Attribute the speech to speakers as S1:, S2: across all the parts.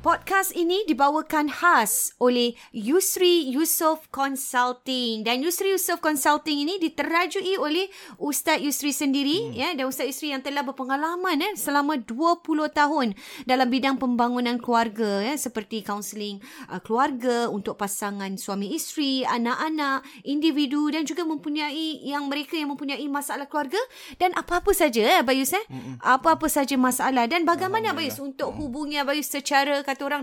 S1: Podcast ini dibawakan khas oleh Yusri Yusof Consulting dan Yusri Yusof Consulting ini diterajui oleh Ustaz Yusri sendiri hmm. ya dan Ustaz Yusri yang telah berpengalaman ya selama 20 tahun dalam bidang pembangunan keluarga ya seperti kaunseling uh, keluarga untuk pasangan suami isteri, anak-anak, individu dan juga mempunyai yang mereka yang mempunyai masalah keluarga dan apa-apa saja ya Bayus eh hmm. apa-apa saja masalah dan bagaimana Bayus untuk hubungi Bayus secara kata orang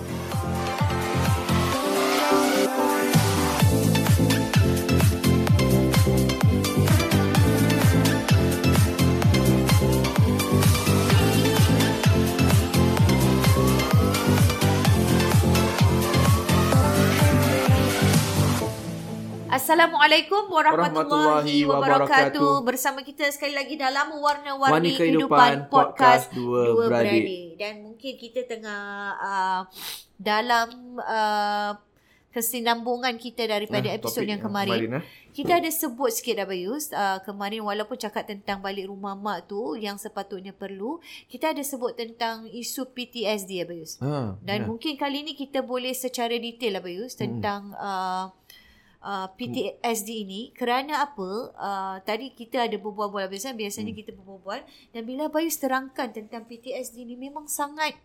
S1: Assalamualaikum warahmatullahi, warahmatullahi wabarakatuh. wabarakatuh. Bersama kita sekali lagi dalam Warna-Warni Warni Kehidupan, Kehidupan Podcast Dua, Dua Beradik. Beradik. Dan mungkin kita tengah uh, dalam uh, kesinambungan kita daripada nah, episod yang kemarin. kemarin eh? Kita ada sebut sikit dah Bayus. Uh, kemarin walaupun cakap tentang balik rumah mak tu yang sepatutnya perlu, kita ada sebut tentang isu PTSD ya Bayus. Ha, Dan ya. mungkin kali ni kita boleh secara detail lah Bayus tentang hmm. uh, uh, PTSD ini kerana apa uh, tadi kita ada berbual-bual biasanya biasanya hmm. kita berbual dan bila Bayus terangkan tentang PTSD ini memang sangat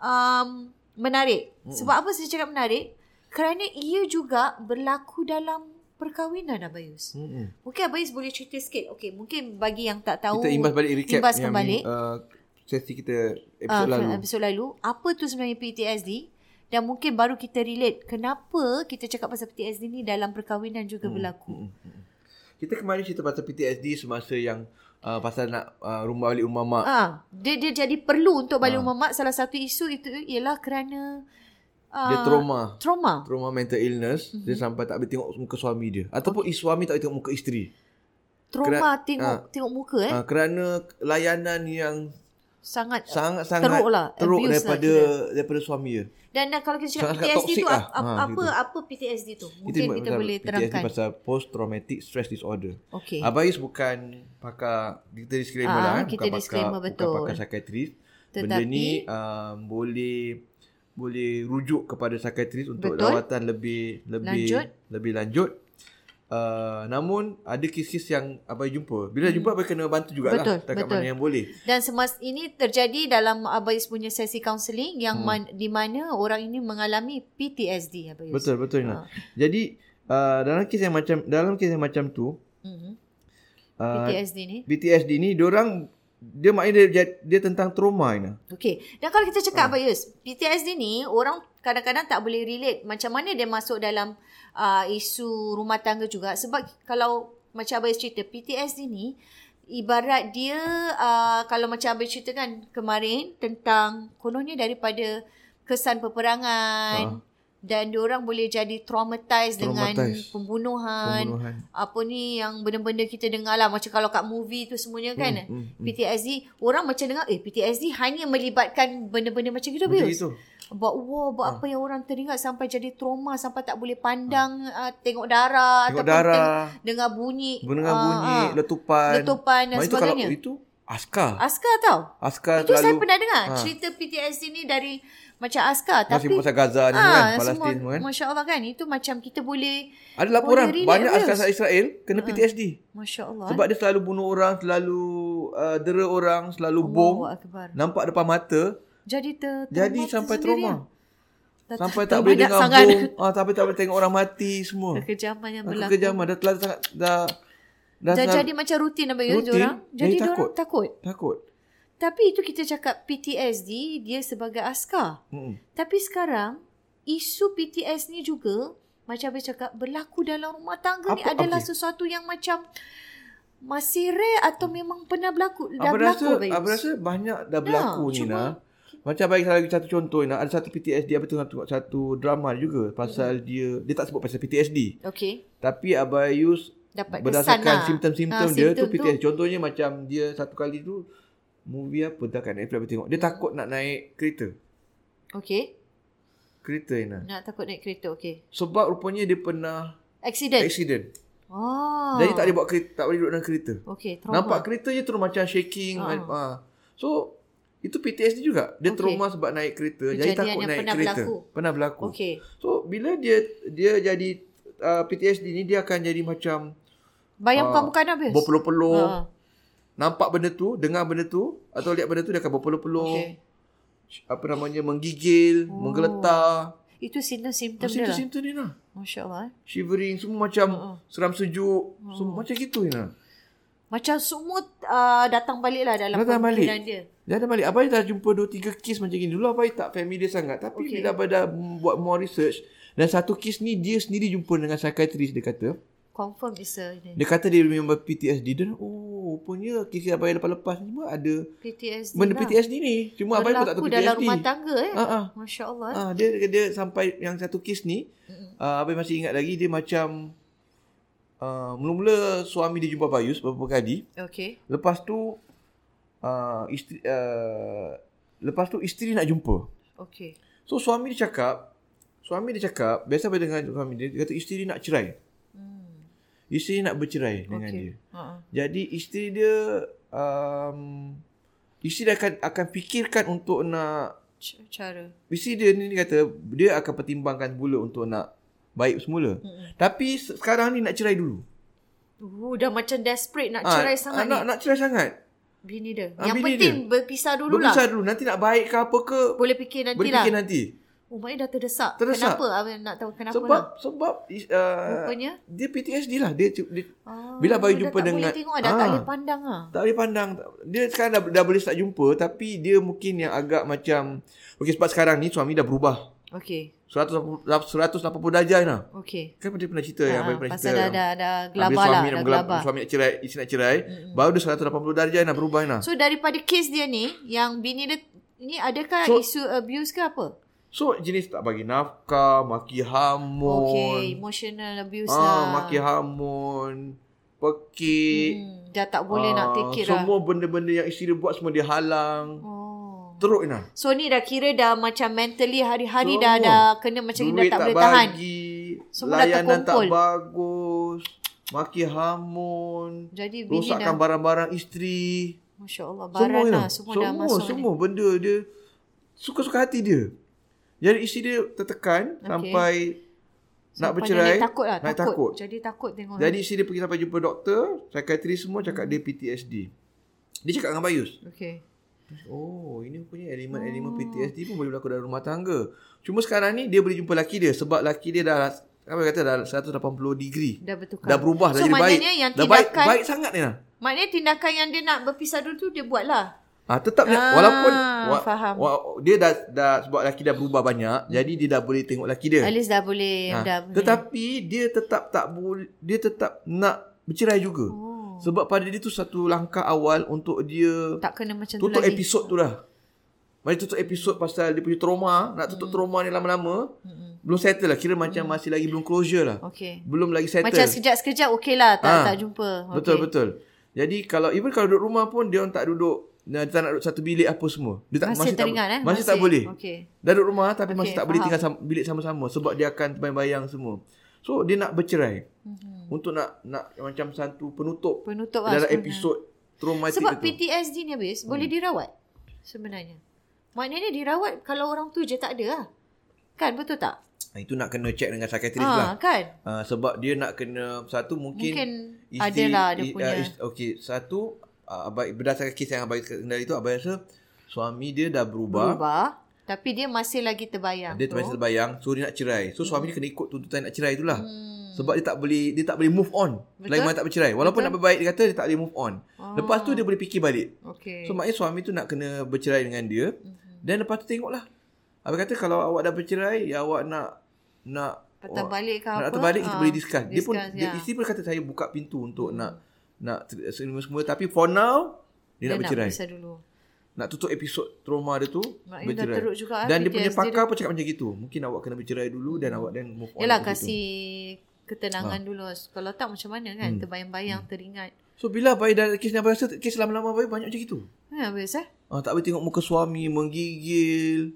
S1: um, menarik hmm. sebab apa saya cakap menarik kerana ia juga berlaku dalam perkahwinan Abayus. Hmm. Mungkin Abayus boleh cerita sikit. Okey, mungkin bagi yang tak tahu
S2: kita imbas balik recap
S1: imbas kembali. Yang, uh,
S2: sesi kita episod uh, lalu.
S1: Ah, Episod lalu, apa tu sebenarnya PTSD? dan mungkin baru kita relate kenapa kita cakap pasal PTSD ni dalam perkahwinan juga hmm. berlaku. Hmm.
S2: Kita kemarin cerita pasal PTSD semasa yang uh, pasal nak uh, rumah balik rumah mak.
S1: Ah, ha, dia dia jadi perlu untuk balik ha. rumah mak salah satu isu itu ialah kerana Ah.
S2: uh, dia trauma.
S1: Trauma.
S2: Trauma mental illness, mm-hmm. dia
S1: Mhm.
S2: sampai tak boleh tengok muka suami dia ataupun okay. suami tak boleh tengok muka isteri. Ah,
S1: Trauma kerana, tengok ha, tengok muka eh. Ha,
S2: kerana layanan yang
S1: sangat
S2: sangat sangat teruk lah teruk daripada lah daripada suami dia.
S1: Dan, dan kalau kita cakap sangat PTSD tu lah. apa ha, apa, apa PTSD tu? Mungkin kita, kita boleh
S2: PTSD
S1: terangkan.
S2: PTSD pasal post traumatic stress disorder.
S1: Okay.
S2: Abayus bukan pakar kita disclaimer ha, lah
S1: Ah, kita bukan disclaimer
S2: pakar,
S1: betul.
S2: Bukan pakar psikiatris. Tetapi, Benda ni um, boleh boleh rujuk kepada psikiatris untuk betul. lawatan lebih lebih lanjut. lebih lanjut Uh, namun ada kes-kes yang abai jumpa. Bila hmm. jumpa abai kena bantu jugalah
S1: betul,
S2: setakat
S1: betul.
S2: mana yang boleh.
S1: Dan semasa ini terjadi dalam abai punya sesi kaunseling yang hmm. man, di mana orang ini mengalami PTSD abai.
S2: Betul betul.
S1: Ah.
S2: Ha. Jadi uh, dalam kes yang macam dalam kes yang macam tu
S1: Mhm.
S2: hmm.
S1: uh, PTSD ni
S2: PTSD ni diorang dia maknanya dia, dia tentang trauma ni.
S1: Okey. Dan kalau kita cakap ha. Bayus, PTSD ni orang kadang-kadang tak boleh relate macam mana dia masuk dalam uh, isu rumah tangga juga sebab kalau macam Abayus cerita PTSD ni ibarat dia uh, kalau macam Abayus cerita kan kemarin tentang kononnya daripada kesan peperangan ha dan diorang boleh jadi traumatized, traumatized. dengan pembunuhan, pembunuhan apa ni yang benda-benda kita dengar lah macam kalau kat movie tu semuanya kan hmm, hmm, PTSD hmm. orang macam dengar eh PTSD hanya melibatkan benda-benda macam gitu Bius
S2: itu. Ah.
S1: buat war buat ha. apa yang orang teringat sampai jadi trauma sampai tak boleh pandang ha. uh, tengok darah
S2: Ah. tengok darah
S1: teng- dengar bunyi Ah,
S2: dengar uh, bunyi uh, letupan
S1: letupan dan Maksud sebagainya
S2: itu Askar.
S1: Askar tau.
S2: Askar Ah.
S1: Itu terlalu, saya pernah dengar. Ha. Cerita PTSD ni dari macam askar. Tapi, Ah,
S2: Masih pasal Gaza ni ha, kan. Palestin semua, kan.
S1: Masya Allah kan. Itu macam kita boleh.
S2: Ada laporan. Boleh banyak askar asal Israel kena
S1: Ah.
S2: ha. PTSD.
S1: Masya Allah.
S2: Sebab dia selalu bunuh orang. Selalu uh, dera orang. Selalu bom. Nampak depan mata.
S1: eh. Jadi ter
S2: Jadi sampai trauma. Sampai tak, tak boleh dengar sangat. bom. ah, sampai tak boleh tengok orang mati semua.
S1: Kekejaman yang berlaku.
S2: Kekejaman. Dah terlalu sangat. Dah
S1: Dah, dah jadi macam rutin apa ya orang. Jadi dia takut. takut.
S2: Takut.
S1: Tapi itu kita cakap PTSD dia sebagai askar.
S2: Hmm.
S1: Tapi sekarang isu PTS ni juga macam habis cakap berlaku dalam rumah tangga ni
S2: Apa-
S1: adalah
S2: okey.
S1: sesuatu yang macam masih rare atau memang pernah berlaku dah
S2: Abang
S1: berlaku
S2: Hmm. rasa,
S1: Bayus.
S2: abang rasa banyak dah berlaku ni
S1: cuma-
S2: Nah. Macam bagi saya lagi satu contoh Nah, ada satu PTSD apa tengah tengok satu drama juga pasal
S1: Mm-hmm.
S2: dia dia tak sebut pasal PTSD.
S1: Okey.
S2: Tapi Abayus
S1: Dapat kesan
S2: berdasarkan
S1: lah.
S2: simptom-simptom
S1: Ah,
S2: dia tu
S1: simptom tu.
S2: PTSD. Contohnya macam dia satu kali tu movie apa dah kat Netflix abang tengok. Dia takut nak naik kereta.
S1: Okey.
S2: Kereta Ina.
S1: Nak takut naik kereta okey.
S2: Sebab rupanya dia pernah
S1: Accident.
S2: accident.
S1: Oh.
S2: Jadi tak boleh buat kereta, tak boleh duduk dalam kereta.
S1: Okey, trauma.
S2: Nampak kereta je terus macam shaking.
S1: Ah.
S2: Ha. Ha. So, itu PTSD juga.
S1: Okey.
S2: Dia okay. trauma sebab naik kereta. jadi
S1: Kejadian
S2: takut
S1: yang
S2: naik
S1: pernah
S2: kereta.
S1: berlaku.
S2: Pernah berlaku.
S1: Okey.
S2: Okay. So, bila dia dia jadi uh, PTSD ni, dia akan jadi macam
S1: Bayang
S2: Ah,
S1: bukan-bukan habis.
S2: berpeluh-peluh.
S1: Ah.
S2: Nampak benda tu, dengar benda tu, atau lihat benda tu, dia akan berpeluh-peluh.
S1: Okey.
S2: Apa namanya, menggigil,
S1: Oh.
S2: menggeletar.
S1: Itu simptom-simptom dia lah.
S2: Simptom-simptom ni lah.
S1: Masya-Allah. eh.
S2: Shivering, semua macam
S1: Ah, ah.
S2: seram sejuk. Semua macam gitu ni lah.
S1: Macam semua uh, datang balik lah dalam
S2: Datang balik.
S1: pemikiran dia.
S2: Dah dah balik. Abang dah jumpa 2-3 kes macam gini. Dulu Abang tak familiar sangat. Tapi
S1: Okey.
S2: okay. bila Abang dah buat more research. Dan satu kes ni dia sendiri jumpa dengan psychiatrist. Dia kata.
S1: Confirm is a ni.
S2: Dia kata dia memang PTSD. Dan oh rupanya kes yang Abang yang lepas-lepas ni semua ada
S1: PTSD
S2: benda
S1: lah.
S2: PTSD ni. Cuma Abang pun tak tahu
S1: Berlaku
S2: PTSD.
S1: dalam rumah tangga eh.
S2: Ah, ah.
S1: Masya Allah. eh.
S2: Ah, dia, dia, dia sampai yang satu kes ni. Uh, Abang masih ingat lagi dia macam. Uh, mula-mula suami dia jumpa Bayus beberapa kali.
S1: Okay.
S2: Lepas tu. Uh, isteri, uh, lepas tu isteri nak jumpa.
S1: Okay.
S2: So suami dia cakap Suami dia cakap Biasa apa dengan suami dia Dia kata isteri dia nak cerai
S1: Hmm.
S2: Isteri dia nak bercerai okay. dengan
S1: Okey.
S2: dia
S1: Ha-ha.
S2: Jadi isteri dia um, Isteri dia akan, akan fikirkan untuk nak
S1: C- Cara.
S2: Isteri dia ni dia kata Dia akan pertimbangkan pula untuk nak Baik semula
S1: Mm-mm.
S2: Tapi se- sekarang ni nak cerai dulu
S1: Uh, dah macam desperate nak cerai
S2: Ah,
S1: sangat
S2: ah,
S1: ni.
S2: nak, nak cerai sangat
S1: Bini dia.
S2: Ah,
S1: Yang
S2: bini
S1: penting berpisah dulu lah.
S2: Berpisah dulu Nanti nak baik ke apa ke
S1: Boleh fikir nanti
S2: Boleh fikir
S1: lah.
S2: nanti
S1: Oh, maknanya dah terdesak.
S2: Terdesak.
S1: Kenapa? Abang nak tahu kenapa
S2: Sebab
S1: lah.
S2: Sebab uh,
S1: Rupanya.
S2: Dia PTSD lah Dia, dia
S1: Ah,
S2: Bila abang
S1: dah
S2: jumpa
S1: tak boleh
S2: dengan-
S1: tengok. Dah tak
S2: Ah.
S1: boleh pandang lah.
S2: Tak boleh pandang. Dia sekarang dah, dah boleh start jumpa tapi dia mungkin yang agak macam okey sebab sekarang ni suami dah berubah.
S1: Okay.
S2: 180 180 darjah nah.
S1: Okay.
S2: Kan dia pernah cerita
S1: Ah,
S2: yang abang pernah cerita.
S1: pasal dah,
S2: yang-
S1: dah, dah
S2: ah, bila
S1: gelabah lah.
S2: suami
S1: Dah
S2: nak gelabah,
S1: gelabah.
S2: suami nak cerai, isteri nak cerai, mm-hmm. baru dia 180 darjah nah berubah nah.
S1: So
S2: So,
S1: daripada kes dia ni yang bini dia ni adakah so,
S2: So-
S1: isu abuse ke apa?
S2: so jenis tak bagi nafkah, maki hamun.
S1: Okay, emotional abuse
S2: Oh. ah,
S1: lah.
S2: maki hamun, pekik.
S1: Hmm, dah tak boleh nak take it lah.
S2: Ah, Semua benda-benda yang isteri dia buat semua dia halang.
S1: Oh.
S2: Teruk nah.
S1: So ni dah kira dah macam mentally hari-hari
S2: Semua.
S1: dah dah kena macam Ina
S2: Duit
S1: tak,
S2: tak
S1: boleh tahan.
S2: bagi,
S1: Semua dah
S2: layanan tak
S1: terkumpul.
S2: bagus, maki hamun,
S1: Jadi bini dah
S2: rosakkan barang-barang isteri.
S1: Masya Allah
S2: semua
S1: Baran
S2: you
S1: lah
S2: know.
S1: semua,
S2: semua
S1: dah masuk ni.
S2: semua benda dia suka-suka hati dia. Jadi isteri dia
S1: Okey.
S2: tertekan okay. sampai nak
S1: Sampai
S2: bercerai,
S1: dia takut lah
S2: nak
S1: takut.
S2: takut.
S1: Jadi takut tengok
S2: Jadi isteri dia pergi sampai jumpa doktor, psikiatris semua cakap dia PTSD. Dia cakap dengan Bayus,
S1: lah. Okay
S2: Oh, ini
S1: Oh.
S2: punya elemen-elemen PTSD pun boleh berlaku dalam rumah tangga. Cuma sekarang ni dia boleh jumpa laki dia sebab laki dia dah apa kata dah 180 degree.
S1: Dah bertukar
S2: Dah berubah, dah
S1: So,
S2: jadi baik.
S1: maknanya yang
S2: dah baik,
S1: tindakan-
S2: baik sangat ni lah.
S1: Maknanya tindakan yang dia nak berpisah dulu tu dia buat lah
S2: Ah, tetap dia,
S1: Ah,
S2: walaupun
S1: faham.
S2: wa, dia dah, dah sebab laki dah berubah banyak, jadi dia dah boleh tengok laki dia.
S1: At least dah boleh
S2: Ah,
S1: dah boleh.
S2: tetapi dia tetap tak boleh dia tetap nak bercerai juga.
S1: oh,
S2: Sebab pada dia tu satu langkah awal untuk dia
S1: Tak kena macam tu
S2: Tutup
S1: lagi
S2: episod tu dah. Mari tutup episod pasal dia punya trauma. Nak
S1: Hmm.
S2: tutup trauma ni lama-lama.
S1: Mm-mm.
S2: Belum settle lah. Kira macam masih lagi belum closure lah.
S1: Okay
S2: Belum lagi settle.
S1: Hmm. Oh. Macam sekejap-sekejap okey lah tak,
S2: Ah,
S1: tak jumpa. Okay.
S2: Betul, betul. Jadi kalau even kalau duduk rumah pun dia orang tak duduk dia tak nak duduk satu bilik apa semua. Dia tak
S1: Masih, masih teringat
S2: tak,
S1: eh?
S2: Masih, tak boleh.
S1: Okey.
S2: Dah duduk rumah tapi
S1: Okey,
S2: masih tak boleh
S1: faham.
S2: tinggal sama, bilik sama-sama sebab dia akan terbayang-bayang semua. So dia nak bercerai.
S1: Mhm.
S2: Untuk nak nak macam satu penutup
S1: Penutup lah
S2: dalam
S1: sebenarnya.
S2: episod Hmm. traumatik
S1: Sebab
S2: itu.
S1: PTSD ni habis boleh dirawat sebenarnya. Maknanya dirawat kalau orang tu je tak ada lah. Kan betul tak?
S2: Nah, itu nak kena check dengan psychiatrist lah.
S1: Ha, kan?
S2: Uh, sebab dia nak kena satu
S1: Mungkin
S2: mungkin,
S1: adalah dia punya.
S2: Uh, okey, satu uh, abai berdasarkan kes yang abai kendali tu abai rasa suami dia dah berubah.
S1: berubah. Oh. Tapi dia masih lagi terbayang.
S2: Dia terasa terbayang So dia nak cerai So suami dia kena ikut tuntutan nak cerai tu lah
S1: Hmm.
S2: Sebab dia tak boleh dia tak boleh move on. Betul? Lagi mana tak bercerai. Walaupun Betul? nak berbaik dia kata dia tak boleh move on. Oh. Lepas tu dia boleh fikir balik.
S1: Ah. Okay. Mhm.
S2: So maknanya suami tu nak kena bercerai dengan dia. Mm-hmm. Dan lepas tu tengoklah. Abang kata kalau awak dah bercerai, ya awak nak nak
S1: Patah balik ke
S2: nak
S1: apa.
S2: datang balik kita
S1: Ah,
S2: boleh discuss. Dia pun
S1: discuss,
S2: dia,
S1: ya.
S2: isteri pun kata saya buka pintu untuk nak nak ter- semua semua tapi for now dia, nak bercerai.
S1: Dia nak dulu.
S2: Nak tutup episod trauma dia tu
S1: Maknanya dah
S2: bercerai.
S1: teruk juga, ah,
S2: dan dia punya
S1: PTSD
S2: pakar pun cakap macam gitu. Mungkin awak kena bercerai dulu dan awak then move on.
S1: Hmm. Yalah
S2: macam gitu.
S1: kasih ketenangan
S2: Ha.
S1: dulu. Kalau tak macam mana kan
S2: Hmm.
S1: terbayang-bayang teringat.
S2: So bila bayi dah kes ni abang rasa kes lama-lama bayi banyak macam gitu.
S1: Ha habis eh.
S2: Ah, tak boleh tengok muka suami menggigil.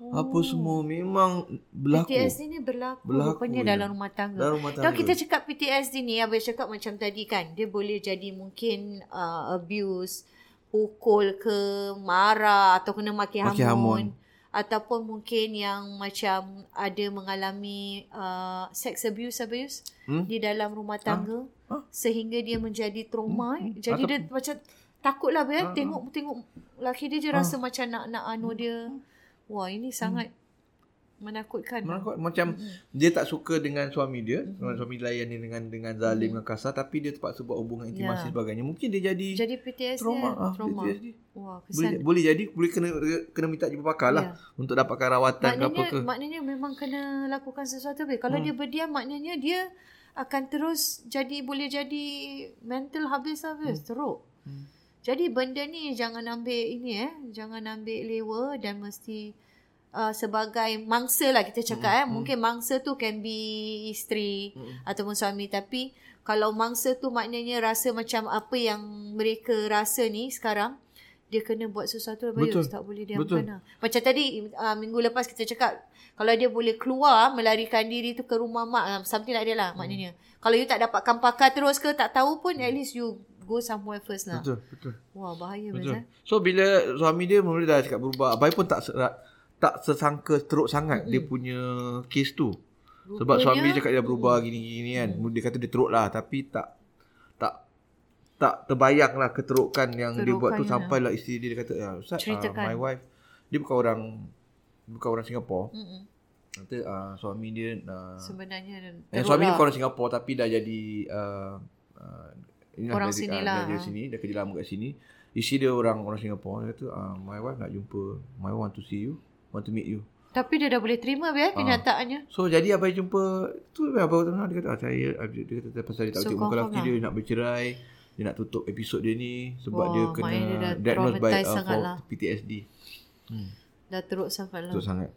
S2: Oh. Apa semua memang berlaku.
S1: PTSD ni berlaku,
S2: Berlaku,
S1: rupanya
S2: ya.
S1: dalam rumah tangga.
S2: Dalam rumah
S1: Kalau
S2: tangga.
S1: kita cakap PTSD ni, Abang cakap macam tadi kan, dia boleh jadi mungkin uh, abuse, pukul ke, marah atau kena maki hamun.
S2: Maki hamun.
S1: Ataupun mungkin yang macam ada mengalami uh, sex abuse abuse
S2: Hmm?
S1: di dalam rumah tangga.
S2: Ah. Hmm.
S1: Sehingga dia menjadi trauma. eh. Jadi dia macam takutlah Abang eh.
S2: Ah.
S1: Tengok, tengok laki dia je rasa macam nak, nak anu
S2: Hmm.
S1: dia. Wah ini sangat menakutkan.
S2: Menakut macam dia tak suka dengan suami dia, mm-hmm. suami layan dia dengan dengan zalim dengan kasar tapi dia terpaksa buat hubungan
S1: Ya.
S2: intimasi sebagainya. Mungkin dia jadi,
S1: Jadi PTSD
S2: trauma, ah,
S1: trauma.
S2: PTSD.
S1: Wah,
S2: boleh,
S1: kesan.
S2: boleh jadi boleh kena kena minta jumpa pakar lah untuk dapatkan rawatan ke
S1: Ya.
S2: apa
S1: Maknanya
S2: ke. Hmm.
S1: maknanya memang kena lakukan sesuatu baik. Kalau dia berdiam maknanya dia akan terus jadi boleh jadi mental habis habis hmm. teruk.
S2: Hmm.
S1: Jadi benda ni jangan ambil ini eh, jangan ambil lewa dan mesti uh, sebagai mangsa lah kita cakap
S2: Hmm,
S1: eh. Mungkin mangsa tu can be isteri
S2: Mm.
S1: ataupun suami tapi kalau mangsa tu maknanya rasa macam apa yang mereka rasa ni sekarang dia kena buat sesuatu apa
S2: Betul.
S1: Betul. tak boleh diamkan
S2: Betul.
S1: Betul. lah. Macam tadi uh, minggu lepas kita cakap kalau dia boleh keluar melarikan diri tu ke rumah mak uh, something like dia lah maknanya.
S2: Hmm.
S1: Kalau you tak dapatkan pakar terus ke tak tahu pun at least you go somewhere first lah. Betul.
S2: Betul, betul.
S1: Wah bahaya eh.
S2: Betul.
S1: Betul.
S2: So bila suami dia mula dah cakap berubah, abai pun tak serak, tak sesangka teruk sangat dia punya kes tu. Sebab
S1: Hmm. Rupanya- Hmm.
S2: suami dia cakap dia berubah gini-gini kan. Dia kata dia teruk lah tapi tak tak tak terbayang lah keterukan yang dia buat tu
S1: Keterukan, ya.
S2: sampailah isteri dia, dia kata "Ah, Ustaz uh,
S1: Ceritakan.
S2: my wife dia bukan orang bukan orang Singapura.
S1: Mm-mm.
S2: Kata uh, suami dia uh,
S1: Ha. Sebenarnya
S2: Eh,
S1: teruk
S2: suami
S1: lah.
S2: dia orang Singapura tapi dah jadi uh, uh, inilah,
S1: Orang
S2: dari,
S1: sini
S2: ah,
S1: lah.
S2: Dari sini, dah kerja lama kat sini. Isteri dia orang orang Singapura. Dia kata, uh, my wife nak jumpa. My wife want to see you. Want to meet you.
S1: Tapi dia dah boleh terima
S2: Ha.
S1: be eh, kenyataannya.
S2: So, jadi abai jumpa. Tu abang tu dia kata, ah, saya, ah, dia dia kata pasal dia tak
S1: So,
S2: tengok muka
S1: confirm
S2: lelaki
S1: lah.
S2: dia, dia nak bercerai. Dia nak tutup episod dia ni. Sebab
S1: Wah,
S2: dia
S1: maknanya dia
S2: kena
S1: dah
S2: diagnosed by
S1: traumatised
S2: uh,
S1: sangat
S2: for
S1: lah.
S2: PTSD.
S1: Dah teruk sangat lah.
S2: Betul sangat.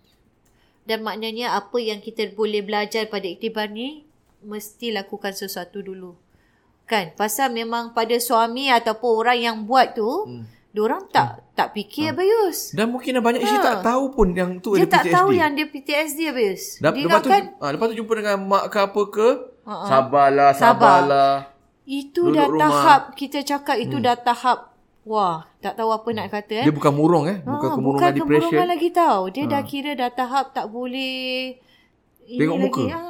S1: Dan maknanya apa yang kita boleh belajar pada iktibar ni mesti lakukan sesuatu dulu. Kan? Pasal memang pada suami ataupun orang yang buat tu, hmm. diorang tak tak fikir
S2: Ha.
S1: hmm. Abayus.
S2: Dan mungkin banyak isteri tak tahu pun yang tu
S1: Dia
S2: ada
S1: tak
S2: PTSD.
S1: tahu yang dia PTSD Abayus.
S2: Dah,
S1: Dia
S2: lepas tu,
S1: kan
S2: ha, lepas tu jumpa dengan mak ke apa ke. Uh-uh. Sabarlah, sabarlah.
S1: itu
S2: duduk
S1: dah
S2: rumah.
S1: rumah. tahap kita cakap itu hmm. dah tahap wah, tak tahu apa nak kata eh.
S2: Hmm. Dia bukan murung eh. Bukan
S1: Ah,
S2: kemurungan
S1: bukan
S2: depression. Ah.
S1: kemurungan lagi tau. Dia dah kira dah tahap tak boleh ini
S2: Tengok
S1: lagi.
S2: muka.
S1: Ha.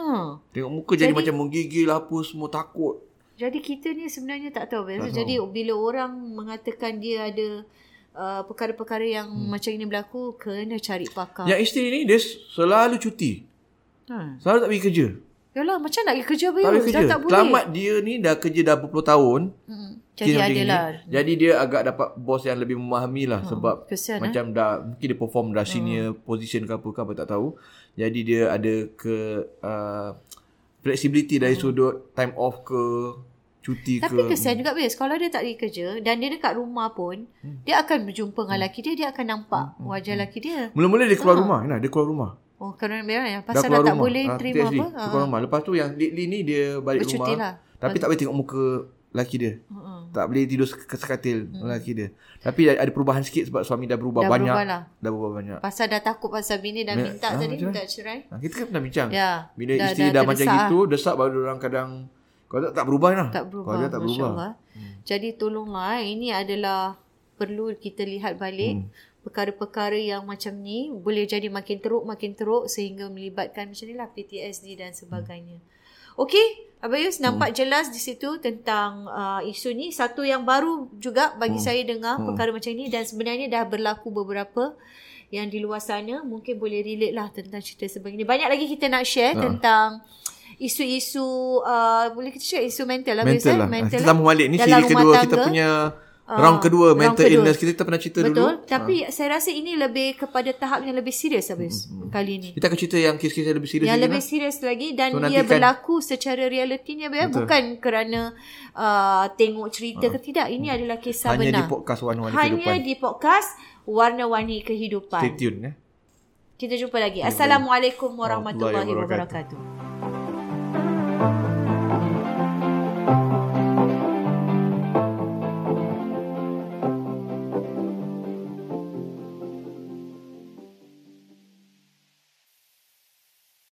S2: Tengok muka jadi, macam menggigil lah apa semua takut.
S1: Jadi kita ni sebenarnya tak tahu biasa. Jadi bila orang mengatakan dia ada uh, perkara-perkara yang hmm. macam ini berlaku, kena cari pakar. Ya.
S2: Yang isteri ni dia selalu cuti.
S1: Ha.
S2: Selalu tak pergi kerja.
S1: Yalah macam nak pergi kerja
S2: Tak
S1: pun
S2: pergi
S1: dah
S2: kerja.
S1: tak boleh.
S2: Selamat dia ni dah kerja dah berpuluh tahun.
S1: Hmm.
S2: Kes
S1: Jadi
S2: macam
S1: adalah
S2: ini. Jadi dia agak dapat bos yang lebih memahami lah sebab
S1: kesian, eh. Hmm.
S2: macam dah mungkin dia perform dah senior position ke apa ke apa tak tahu. Jadi dia ada ke uh, flexibility dari sudut time off ke cuti
S1: Hmm. tapi
S2: ke.
S1: kesian juga bes kalau dia tak pergi kerja dan dia dekat rumah pun
S2: Hmm.
S1: dia akan berjumpa dengan laki dia dia akan nampak wajah laki dia
S2: Mula-mula dia keluar rumah. Nah, dia keluar rumah.
S1: oh kerana memang ya
S2: Dah
S1: Ah. pasal
S2: keluar
S1: dah tak
S2: rumah.
S1: boleh
S2: Ah,
S1: terima
S2: PTSD,
S1: apa
S2: dia Keluar rumah. Lepas tu yang Litli ni dia balik
S1: Bercuti
S2: rumah.
S1: lah.
S2: Tapi tak boleh tengok muka laki dia.
S1: Ha.
S2: Tak boleh tidur se- sekatil hmm. laki dia. Tapi ada ada perubahan sikit sebab suami dah berubah
S1: Dah
S2: banyak.
S1: berubah lah.
S2: Dah berubah banyak.
S1: pasal dah takut pasal bini dan
S2: Me-
S1: minta
S2: ah,
S1: tadi
S2: macam
S1: minta cerai
S2: Ha, kita kan pernah bincang.
S1: Ya.
S2: Bila
S1: Dah-
S2: isteri dah,
S1: dah
S2: macam
S1: terdesak
S2: gitu, desak baru orang kadang kalau tak tak berubah lah.
S1: tak berubah.
S2: Kalau dia tak
S1: Masya
S2: berubah. Hmm.
S1: Allah. Jadi tolonglah eh, ini adalah perlu kita lihat
S2: Hmm.
S1: balik perkara-perkara yang macam ni boleh jadi makin teruk makin teruk sehingga melibatkan macam ni lah PTSD dan sebagainya. Okey, Abang Yus
S2: Hmm.
S1: nampak jelas di situ tentang uh, isu ni satu yang baru juga bagi
S2: Hmm.
S1: saya dengar perkara macam ni dan sebenarnya dah berlaku beberapa
S2: Ah.
S1: yang di luar sana mungkin boleh relate lah tentang cerita sebegini. Banyak lagi kita nak share tentang isu-isu uh, boleh kita cakap isu mental lah
S2: Mental
S1: biasa
S2: lah.
S1: mental
S2: Kita sambung balik. Ni
S1: Dalam
S2: siri
S1: rumah
S2: kedua
S1: tangga.
S2: kita punya
S1: Ah,
S2: round kedua.
S1: round
S2: Mental
S1: kedua.
S2: illness. Kita, kita pernah cerita dulu. Ah.
S1: betul tapi saya rasa ini lebih kepada tahap yang lebih serius habis
S2: Hmm,
S1: kali ini
S2: Kita akan cerita yang kes-kes yang lebih serius.
S1: yang
S2: lagi
S1: lebih
S2: lah.
S1: serius lagi dan
S2: So,
S1: so,
S2: nanti
S1: ia
S2: kan-
S1: berlaku secara realitinya ya? bukan kerana uh, tengok cerita ke tidak ini adalah kisah
S2: Ah. Hmm. Hanya di
S1: benar
S2: podcast Warna-Warni
S1: lah. hanya
S2: Kehidupan.
S1: di podcast warna-warni kehidupan
S2: Stay tune. Eh.
S1: kita jumpa lagi assalamualaikum warahmatullahi
S2: Warahmatullahi wabarakatuh.
S1: wabarakatuh